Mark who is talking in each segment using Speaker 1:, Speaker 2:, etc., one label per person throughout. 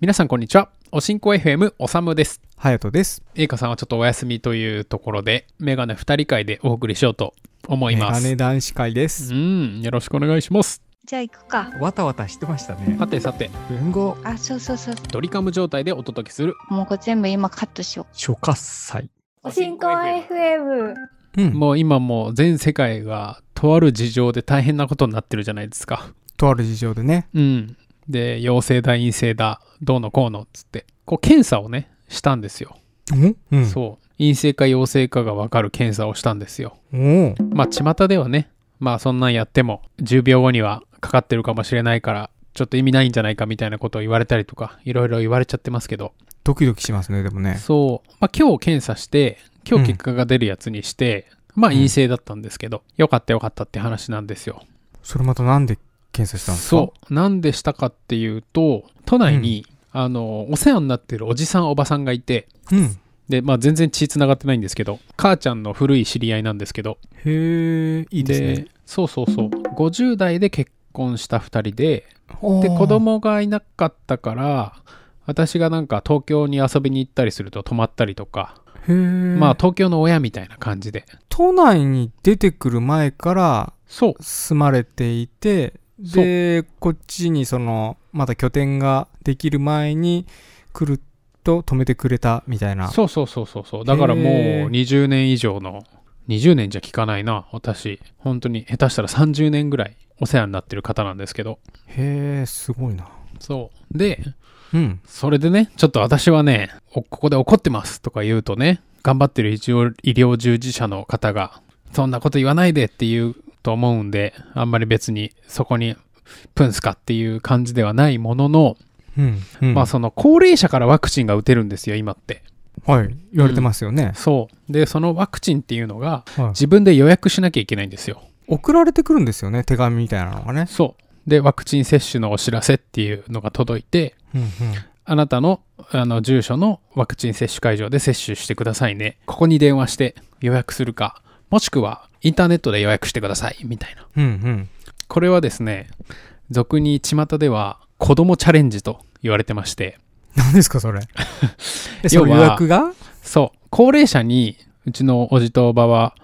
Speaker 1: 皆さんこんにちは。おしんこ FM おさむです。
Speaker 2: ハヤトです。
Speaker 1: えいかさんはちょっとお休みというところで、メガネ2人会でお送りしようと思いま
Speaker 2: メガネ
Speaker 1: す。
Speaker 2: 男子会です。
Speaker 1: うん、よろしくお願いします。
Speaker 3: じゃあ行くか。
Speaker 2: わたわたしてましたね
Speaker 1: さてさて、
Speaker 2: 文豪
Speaker 3: あ、そうそうそう。
Speaker 1: ドリカム状態でお届けする。
Speaker 3: もうこれ全部今カットしよ
Speaker 2: 初喝祭。
Speaker 4: おしんこ FM。
Speaker 2: うん。
Speaker 1: もう今もう全世界がとある事情で大変なことになってるじゃないですか。
Speaker 2: とある事情でね。
Speaker 1: うん。で、陽性だ、陰性だ、どうのこうのっつって、こう検査をね、したんですよ。
Speaker 2: うん
Speaker 1: そう。陰性か陽性かがわかる検査をしたんですよ。
Speaker 2: う。おお。
Speaker 1: まあ巷ではねまあそんなんやっても10秒後にはかかってるかもしれないからちょっと意味ないんじゃないかみたいなことを言われたりとかいろいろ言われちゃってますけど
Speaker 2: ドキドキしますね、でもね。
Speaker 1: そう、まあ、今日検査して今日結果が出るやつにして、まあ陰性だったんですけど、よかったよかったって話なんですよ
Speaker 2: それまたなんで検査したんですか
Speaker 1: そうなんでしたかっていうと都内に、あのお世話になってるおじさんおばさんがいて
Speaker 2: う。うん。
Speaker 1: でまあ全然血つながってないんですけど母ちゃんの古い知り合いなんですけど
Speaker 2: へえ、いいですね。
Speaker 1: そうそうそう50代で結婚した2人でで
Speaker 2: で
Speaker 1: 子。供がいなかったから私がなんか東京に遊びに行ったりすると泊まったりとか、
Speaker 2: へえ。ま
Speaker 1: まあ
Speaker 2: あ、
Speaker 1: 東京の親みたいな感じで
Speaker 2: 都内に出てくる前から
Speaker 1: そう
Speaker 2: 住まれていて、で、こっちにその、まだ拠点ができる前に来ると止めてくれたみたいな。
Speaker 1: そうそうそうそうそうだからもう
Speaker 2: へー
Speaker 1: 20年以上の20年じゃ聞かないな私本当に下手したら30年ぐらいお世話になってる方なんですけど
Speaker 2: へえ、すごいな。
Speaker 1: そうで
Speaker 2: うん。
Speaker 1: それでねちょっと私はねおここで怒ってますとか言うとね頑張ってる医療医療従事者の方がそんなこと言わないでって言うと思うんであんまり別にそこにプンスかっていう感じではないものの、
Speaker 2: うん。うん
Speaker 1: まあその高齢者からワクチンが打てるんですよ今って
Speaker 2: はい、言われてますよね。
Speaker 1: そうでそのワクチンっていうのが
Speaker 2: はい
Speaker 1: 自分で予約しなきゃいけないんですよ
Speaker 2: 送られてくるんですよね、手紙みたいなのがね。
Speaker 1: そうでワクチン接種のお知らせっていうのが届いて
Speaker 2: うんうん、
Speaker 1: あなたのあの住所のワクチン接種会場で接種してくださいね。ここに電話して予約するか、もしくはインターネットで予約してください、みたいな。
Speaker 2: うんうん。
Speaker 1: これはですね、俗に巷では子供チャレンジと言われてまして、
Speaker 2: 何ですか、そ れ。え
Speaker 1: 要は
Speaker 2: その予約が
Speaker 1: そう、高齢者にうちのおじとおばは、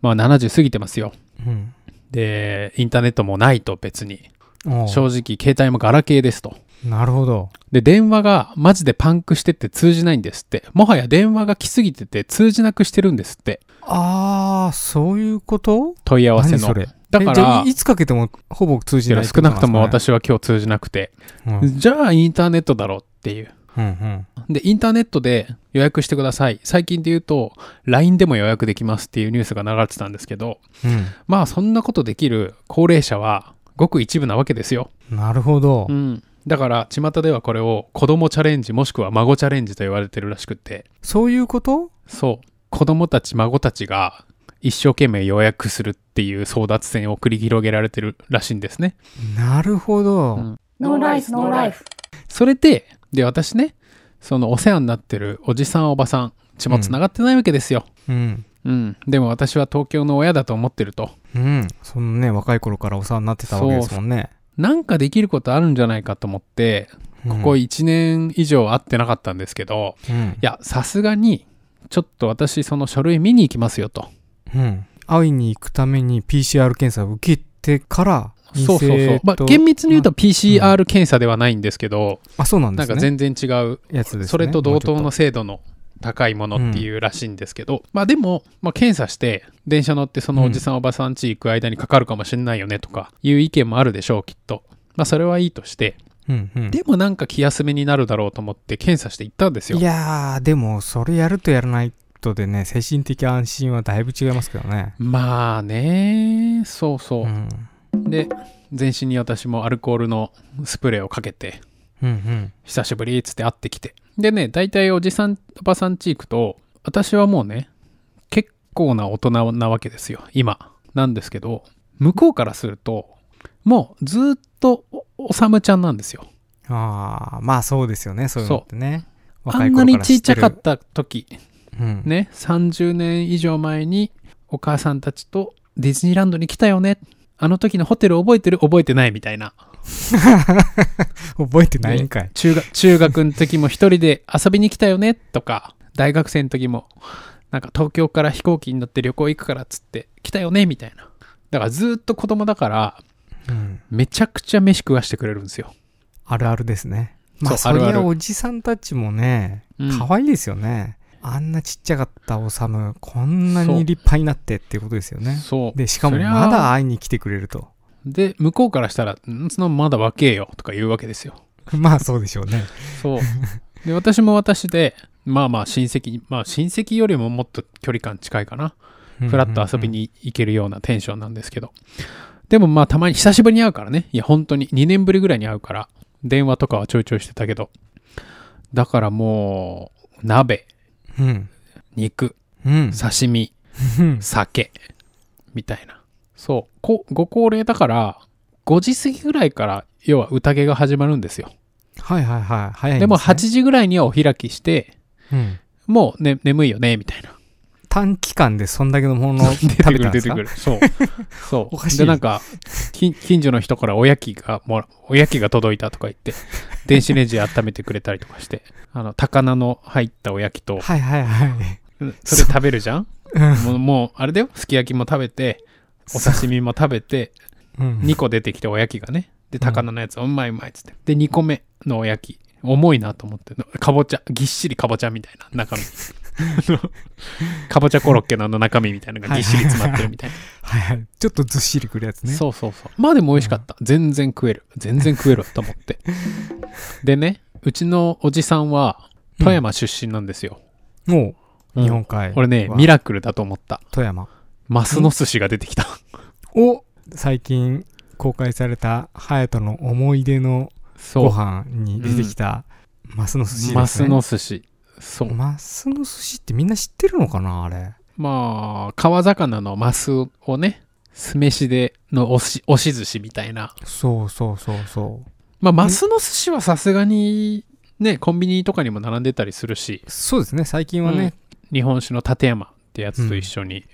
Speaker 1: まあ70過ぎてますよ。
Speaker 2: うん。
Speaker 1: で、インターネットもないと別に。
Speaker 2: おう
Speaker 1: 正直、携帯もガラケーですと。
Speaker 2: なるほど。
Speaker 1: で、電話がマジでパンクしてって通じないんですって。もはや電話が来すぎてて通じなくしてるんですって。
Speaker 2: ああ、そういうこと
Speaker 1: 問い合わせ
Speaker 2: 何
Speaker 1: の
Speaker 2: そ。れ。
Speaker 1: だか
Speaker 2: えじゃ
Speaker 1: ら
Speaker 2: あい、いつかけてもほぼ通じないって
Speaker 1: 少
Speaker 2: こ
Speaker 1: な
Speaker 2: です
Speaker 1: く
Speaker 2: か
Speaker 1: と
Speaker 2: ね
Speaker 1: も。私は今日通じなくて、
Speaker 2: うん
Speaker 1: じゃあインターネットだろうっていう。
Speaker 2: うん
Speaker 1: で、インターネットで予約してください。最近で言うと、LINE でも予約できますっていうニュースが流れてたんですけど、
Speaker 2: うん
Speaker 1: まあそんなことできる高齢者はごく一部なわけですよ。
Speaker 2: うん。なるほど
Speaker 1: う。ん。だから、巷ではこれを子供チャレンジもしくは孫チャレンジと言われてるらしくって、
Speaker 2: そういうこと
Speaker 1: そう、子供たち、孫たちが一生懸命予約するっていう争奪戦を繰り広げられてるらしいんですね。
Speaker 2: なるほど。
Speaker 1: うん
Speaker 4: ノーライフ、ノーライフ。
Speaker 1: それで、で、私ね、そのお世話になってるおじさん、おばさん、血もつながってないわけですよ。
Speaker 2: うん。
Speaker 1: うん。でも私は東京の親だと思ってると、
Speaker 2: うん。そのね、若い頃からお世話になってたわけですもんね。
Speaker 1: なんかできることあるんじゃないかと思って、ここ
Speaker 2: うん、
Speaker 1: 1年以上会ってなかったんですけど、
Speaker 2: うん
Speaker 1: いや、さすがに、ちょっと私、その書類見に行きますよと。
Speaker 2: うん、会いに行くために PCR 検査を受けてから
Speaker 1: そうそうそう。まあ、厳密に言うと PCR 検査ではないんですけど、
Speaker 2: あそうなんで
Speaker 1: なん
Speaker 2: すね
Speaker 1: か全然違う
Speaker 2: やつです、ね、
Speaker 1: それと同等
Speaker 2: も
Speaker 1: の
Speaker 2: うち
Speaker 1: 精度の高いものっていうらしいんですけど、まあでも、まあ、検査して電車乗ってそのおじさんおばさん家行く間にかかるかもしれないよねとかいう意見もあるでしょうきっと。まあそれはいいとして、
Speaker 2: ょっとうんうん
Speaker 1: でもなんか気休めになるだろうと思って検査して行ったんですよ
Speaker 2: い。やーでもそれやるとやらないとでね精神的安心はだいぶ違いますけどね
Speaker 1: まあね、そうそうう。
Speaker 2: ん
Speaker 1: で、全身に私もアルコールのスプレーをかけて、
Speaker 2: うんうん
Speaker 1: 久しぶりっつって会ってきて。でね、大体おじさん、おばさんち行くと、私はもうね、結構な大人なわけですよ、今。なんですけど、向こうからすると、もうずーっとおおさむちゃんなんですよ。
Speaker 2: ああまあそうですよねそういうのってね
Speaker 1: あんなにちっちゃかった時、
Speaker 2: た、うん
Speaker 1: ね、30年以上前にお母さんたちとディズニーランドに来たよね。あの時のホテル覚えてる覚えてないみたいな。
Speaker 2: 覚えてないんかい。
Speaker 1: 中学中学の時も一人で遊びに来たよねとか大学生の時もなんか東京から飛行機に乗って旅行行くからっつって来たよねみたいなだからずーっと子供だから
Speaker 2: うん
Speaker 1: めちゃくちゃ飯食わしてくれるんですよ、
Speaker 2: あるあるですね。まあ、
Speaker 1: そ
Speaker 2: そうり
Speaker 1: あるあ
Speaker 2: ゃ
Speaker 1: る
Speaker 2: おじさんたちもね、
Speaker 1: うん
Speaker 2: 可愛いですよね。あんなちっちゃかったおさむ、こんなに立派になってっていうことですよね。
Speaker 1: そう
Speaker 2: で、しかも
Speaker 1: そりゃ
Speaker 2: まだ会いに来てくれると。
Speaker 1: で向こうからしたら「んそのまだ若えよ」とか言うわけですよ
Speaker 2: まあそうでしょうね。
Speaker 1: そうで私も私でまあまあ親戚まあ親戚よりももっと距離感近いかなフラッと遊びに行けるようなテンションなんですけど。でもまあたまに久しぶりに会うからね。いや本当に2年ぶりぐらいに会うから、電話とかはちょいちょいしてたけど。だからもう、鍋、
Speaker 2: うん。うん。
Speaker 1: 肉、
Speaker 2: うん。
Speaker 1: 刺身、
Speaker 2: うん
Speaker 1: 酒、みたいな。そう。こご高齢だから、5時過ぎぐらいから、要は宴が始まるんですよ。
Speaker 2: はいはいはい。早いんすね
Speaker 1: でも8。時ぐらいにはお開きして、
Speaker 2: うん。
Speaker 1: もう、ね、眠いよね、みたいな。
Speaker 2: 短期間でそんだけのものを食
Speaker 1: 出てく
Speaker 2: べた
Speaker 1: る
Speaker 2: んで
Speaker 1: 出
Speaker 2: す
Speaker 1: て
Speaker 2: か
Speaker 1: くるそうそう
Speaker 2: おかしい
Speaker 1: でなんか近近所の人からおやきがもらおやきが届いたとか言って電子レンジで温めてくれたりとかしてあの高菜の入ったおやきと
Speaker 2: はいはいはい。
Speaker 1: それ食べるじゃん
Speaker 2: うん
Speaker 1: もうもうあれだよすき焼きも食べてお刺身も食べて
Speaker 2: うん
Speaker 1: 2個出てきておやきがねで高菜のやつうまいうまいっつってで2個目のおやき重いなと思ってかぼちゃぎっしりかぼちゃみたいな 中身あのかぼちゃコロッケのあの中身みたいなのがぎっしり詰まってるみたいな
Speaker 2: はいはい。ちょっとずっしりくるやつね。
Speaker 1: そうそうそうまあでも美味しかった、全然食える全然食えると思って でねうちのおじさんは富山出身なんですよ、
Speaker 2: も
Speaker 1: う
Speaker 2: う、
Speaker 1: ん
Speaker 2: 日本海。
Speaker 1: 俺ねミ
Speaker 2: 未来
Speaker 1: ラクルだと思った
Speaker 2: 富山。
Speaker 1: マスの寿司が出てきた
Speaker 2: を、最近公開された、ハヤトの思い出の
Speaker 1: そ
Speaker 2: ご
Speaker 1: う
Speaker 2: 飯に出てきた、マスの寿司ですね。
Speaker 1: マスの寿司そう、
Speaker 2: マスの寿司ってみんな知ってるのかなあれ。
Speaker 1: まあ川魚のマスをね酢飯での押し押し寿司みたいな
Speaker 2: そうそうそうそう。
Speaker 1: まあマスの寿司はさすがにねコンビニとかにも並んでたりするし
Speaker 2: そうですね、最近はね。
Speaker 1: 日本酒の立山ってやつと一緒に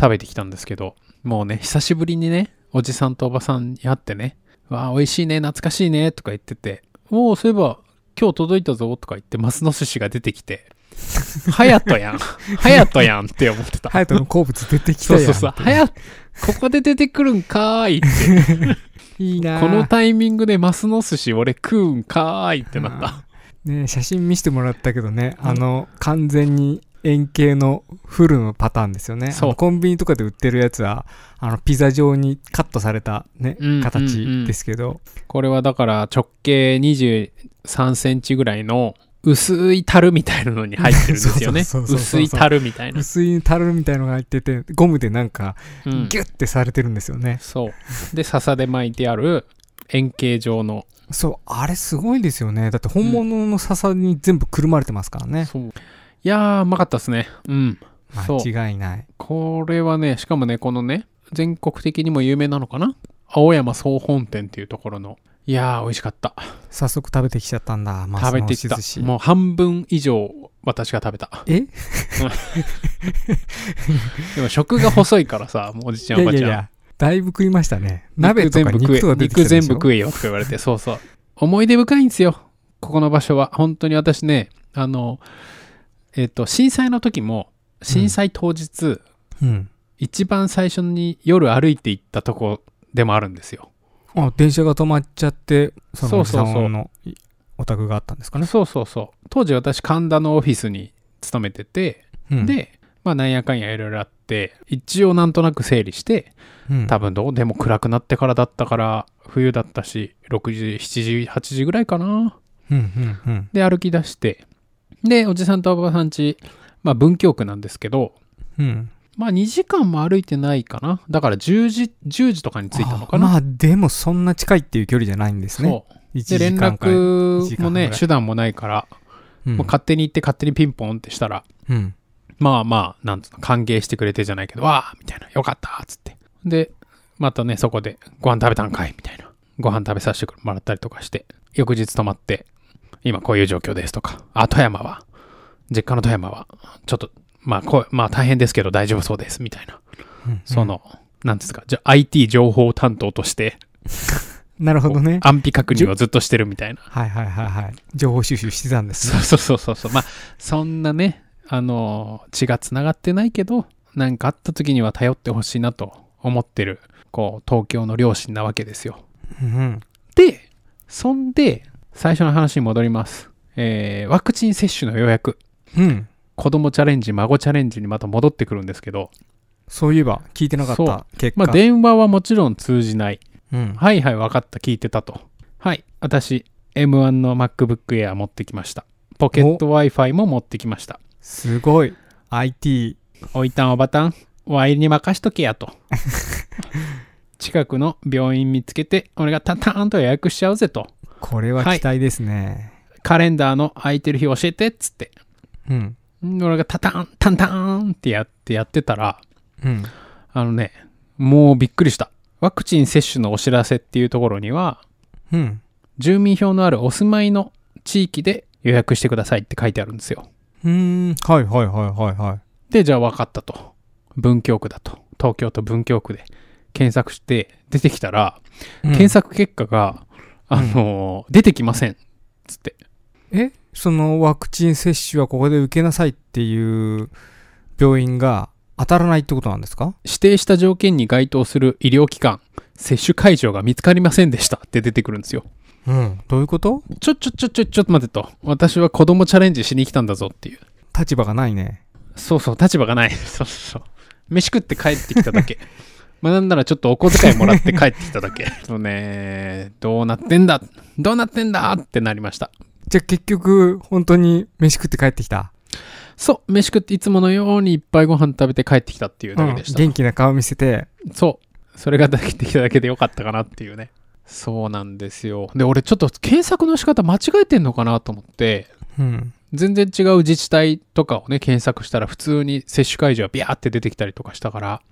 Speaker 1: 食べてきたんですけど、もうね久しぶりにねおじさんとおばさんに会ってね「わあ美味しいね懐かしいね」とか言ってて「おおそういえば今日届いたぞ」とか言ってマスの寿司が出てきて 「ハヤトやんハヤトやん」って思ってた
Speaker 2: ハヤトの好物出てきた
Speaker 1: そ
Speaker 2: や
Speaker 1: うんそう そう「はやここで出てくるんかーい」って
Speaker 2: いいな
Speaker 1: この
Speaker 2: ぁ
Speaker 1: タイミングでマスの寿司俺食うんかーいってなった
Speaker 2: ね写真見せてもらったけどね、あの、完全に円形のフルのパターンですよね。
Speaker 1: そう
Speaker 2: あのコンビニとかで売ってるやつは、あの、ピザ状にカットされたね、
Speaker 1: うんうんうん
Speaker 2: 形ですけど。。
Speaker 1: これはだから直径23センチぐらいの薄い樽みたいなのに入ってるんですよね
Speaker 2: そうそうそうそう
Speaker 1: 薄い樽みた いな。
Speaker 2: 薄いタルみたいのが入ってて、ゴムでなんか、
Speaker 1: うん
Speaker 2: ギュッてされてるんですよね。
Speaker 1: そう。で、笹で巻いてある円形状の。
Speaker 2: そう、あれすごいですよね。だって本物の笹に全部くるまれてますからね。
Speaker 1: そういやー、うまかったですね。うん。そう。
Speaker 2: 間違いない。
Speaker 1: これはね、しかもね、このね、全国的にも有名なのかな青山総本店っていうところの。いやー、美味しかった。
Speaker 2: 早速食べてきちゃったんだ。マス
Speaker 1: 食べ
Speaker 2: の
Speaker 1: て
Speaker 2: 押
Speaker 1: き
Speaker 2: した寿。司
Speaker 1: もう半分以上私が食べた。
Speaker 2: え
Speaker 1: でも食が細いからさ、もうおじちゃんおばちゃん。
Speaker 2: だいぶ食いましたね。鍋とか肉とか出てき
Speaker 1: 肉
Speaker 2: てるで
Speaker 1: 全
Speaker 2: し
Speaker 1: 部
Speaker 2: ょ
Speaker 1: 食えよって言われて、そうそう。思い出深いんですよ、ここの場所は。本当に私ね、あの、えっ、と、震災の時も、震災当日、
Speaker 2: うん。
Speaker 1: 一番最初に夜歩いて行ったとこでもあるんですよ。
Speaker 2: あ、電車が止まっちゃって、その
Speaker 1: そ
Speaker 2: お
Speaker 1: う
Speaker 2: じ
Speaker 1: そ
Speaker 2: さ
Speaker 1: うそうん
Speaker 2: のいお宅があったんですかね。
Speaker 1: そうそうそう。当時私、神田のオフィスに勤めてて、
Speaker 2: うん、
Speaker 1: で、まあ、なんやかんやいろいろあって、一応なんとなく整理して、
Speaker 2: うん、
Speaker 1: 多分どうでも暗くなってからだったから冬だったし6時7時8時ぐらいかな
Speaker 2: うん、うん、うん。
Speaker 1: で歩き出してでおじさんとおばさんちまあ文京区なんですけど
Speaker 2: うん。
Speaker 1: まあ2時間も歩いてないかなだから10時10時とかに着いたのか
Speaker 2: あ
Speaker 1: な、
Speaker 2: まあ、でもそんな近いっていう距離じゃないんですね。
Speaker 1: そうで
Speaker 2: 1時
Speaker 1: 連
Speaker 2: 間から。一時
Speaker 1: 絡も
Speaker 2: 間ぐら
Speaker 1: ね
Speaker 2: い
Speaker 1: 手段もないから、
Speaker 2: うん
Speaker 1: もう勝手に行って勝手にピンポンってしたら
Speaker 2: うん。
Speaker 1: まあまあなんつうの歓迎してくれてじゃないけどわあみたいなよかったっつってでまたねそこでご飯食べたんかいみたいなご飯食べさせてもらったりとかして翌日泊まって今こういう状況ですとかあ富山は実家の富山はちょっとまあこうまあ大変ですけど大丈夫そうですみたいな
Speaker 2: うん
Speaker 1: その、なんですかじゃあ IT 情報担当として
Speaker 2: なるほどね。
Speaker 1: 安否確認をずっとしてるみたいな。
Speaker 2: はいはいはいはい。情報収集してたんで す
Speaker 1: そう
Speaker 2: ね。
Speaker 1: そうそうそうそう。まあ、そんなね、あの、血がつながってないけど、なんかあった時には頼ってほしいなと思ってる、こう、東京の両親なわけですよ。
Speaker 2: うん
Speaker 1: で、そんで、最初の話に戻ります。えーワクチン接種の予約。
Speaker 2: うん。うん。
Speaker 1: 子供チャレンジ、孫チャレンジにまた戻ってくるんですけど、
Speaker 2: そういえば、聞いてなかっ
Speaker 1: そ
Speaker 2: た
Speaker 1: う
Speaker 2: 結
Speaker 1: ま
Speaker 2: 果。
Speaker 1: あ、電話はもちろん通じない。
Speaker 2: うん。
Speaker 1: はいはい、分かった、聞いてたと。はい、私、M1 の MacBook Air 持ってきました。ポケット Wi-Fi も持ってきました。
Speaker 2: すごい。IT。
Speaker 1: おいたんおばたん、ワイルに任しとけやと。近くの病院見つけて、俺がタターンと予約しちゃうぜと。
Speaker 2: これは期待ですね。
Speaker 1: カレンダーの空いてる日教えてっつって。
Speaker 2: うん。
Speaker 1: ん俺がタターン、タンターンってやってやってたら、
Speaker 2: うん。
Speaker 1: あのね、もうびっくりした。ワクチン接種のお知らせっていうところには、
Speaker 2: うん。
Speaker 1: 住民票のあるお住まいの地域で予約してくださいって書いてあるんですよ。
Speaker 2: うーん。はいはいはいはいはい。
Speaker 1: で、じゃあ分かったと。文京区だと。東京都文京区で検索して出てきたら、
Speaker 2: うん
Speaker 1: 検索結果が、あのー出てきません。つって。
Speaker 2: えそのワクチン接種はここで受けなさいっていう病院が当たらないってことなんですか
Speaker 1: 指定した条件に該当する医療機関、接種会場が見つかりませんでしたって出てくるんですよ。
Speaker 2: うん。どういうこと
Speaker 1: ちょ、ちょ、ちょ、ちょ、ちょっと待ってと。私は子供チャレンジしに来たんだぞっていう。
Speaker 2: 立場がないね。
Speaker 1: そうそう、立場がない。 そうそうそう。飯食って帰ってきただけ。 まあなんならちょっとお小遣いもらって帰ってきただけ。 そうね、どうなってんだどうなってんだってなりました。
Speaker 2: じゃあ結局、本当に飯食って帰ってきた。
Speaker 1: そう、飯食っていつものようにいっぱいご飯食べて帰ってきたっていうだけでした。
Speaker 2: 元気な顔見せて、
Speaker 1: そう。それができてきただけでよかったかなっていうね。そうなんですよ。で、俺ちょっと検索の仕方間違えてんのかなと思って、
Speaker 2: うん。
Speaker 1: 全然違う自治体とかをね、検索したら普通に接種会場がビャーって出てきたりとかしたから、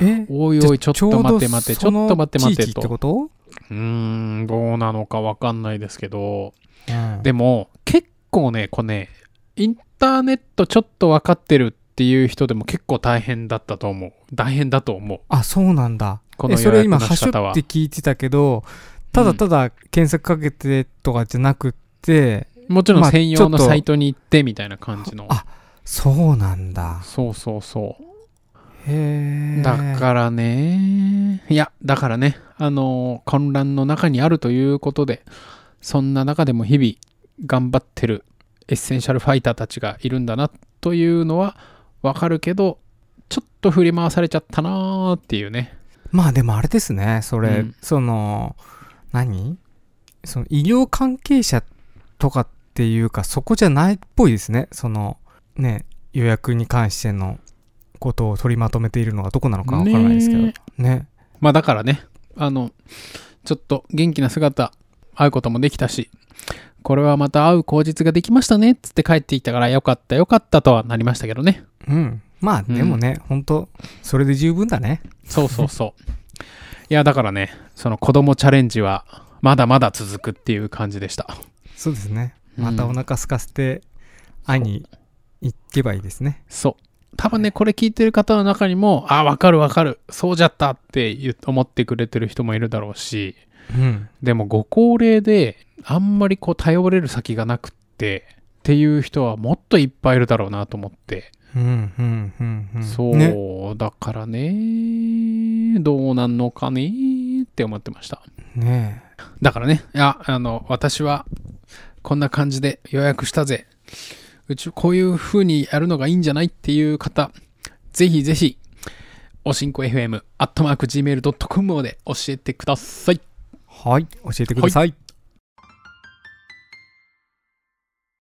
Speaker 2: え
Speaker 1: おいおい、ちょっと待て待て、ちょっと待て待てと。
Speaker 2: ってこと
Speaker 1: うーん、どうなのかわかんないですけど、
Speaker 2: うん
Speaker 1: でも結構ね、これね、インターネットちょっとわかってるっていう人でも結構大変だったと思う。大変だと思う。
Speaker 2: あ、そうなんだ。
Speaker 1: こ
Speaker 2: え
Speaker 1: の
Speaker 2: そ
Speaker 1: 予
Speaker 2: れ
Speaker 1: 約
Speaker 2: 今、
Speaker 1: の
Speaker 2: は
Speaker 1: 仕
Speaker 2: しょって
Speaker 1: 方は。
Speaker 2: 聞いてたけど、ただただ検索かけてとかじゃなくて、
Speaker 1: もちろ
Speaker 2: ま
Speaker 1: ん
Speaker 2: あ
Speaker 1: 専用の
Speaker 2: ちょっと
Speaker 1: サイトに行ってみたいな感じの。
Speaker 2: あ、そうなんだ。
Speaker 1: そうそうそう。
Speaker 2: へえ。
Speaker 1: だからね、いや、だからね、あのー混乱の中にあるということで、そんな中でも日々頑張ってるエッセンシャルファイターたちがいるんだなというのはわかるけど、ちょっと振り回されちゃったなーっていうね。
Speaker 2: まあでもあれですね、それ、
Speaker 1: うん
Speaker 2: その、何その医療関係者とかっていうか、そこじゃないっぽいですね。その、ね、予約に関してのことを取りまとめているのがどこなのかわからないですけど。
Speaker 1: ね
Speaker 2: ね。
Speaker 1: まあだからね、あの、ちょっと元気な姿、会うこともできたし、これはまた会う口実ができましたねっつって帰ってきたからよかったよかったとはなりましたけどね。
Speaker 2: うん。まあ
Speaker 1: うん
Speaker 2: でもね、ほん、本当それで十分だね。
Speaker 1: そうそうそう。 いや、だからね、その子供チャレンジは、まだまだ続くっていう感じでした。
Speaker 2: そうですね。
Speaker 1: うん
Speaker 2: またお腹空かせて、会いに行けばいいですね。
Speaker 1: そう。多分ね、これ聞いてる方の中にも、あ、わかるわかる、そうじゃったって言う思ってくれてる人もいるだろうし、
Speaker 2: うん。
Speaker 1: でもご高齢で、あんまりこう頼れる先がなくって、っていう人はもっといっぱいいるだろうなと思って。
Speaker 2: うん、うん、うん、うん。
Speaker 1: そう、
Speaker 2: ね。
Speaker 1: だからね、どうなんのかねって思ってました。
Speaker 2: ねえ
Speaker 1: だからね、いや、あの、私は、こんな感じで予約したぜ。うち、こういう風にやるのがいいんじゃないっていう方、ぜひぜひ、おしんこ FM、アットマーク Gmail.com まで教えてください。
Speaker 2: はい、教えてください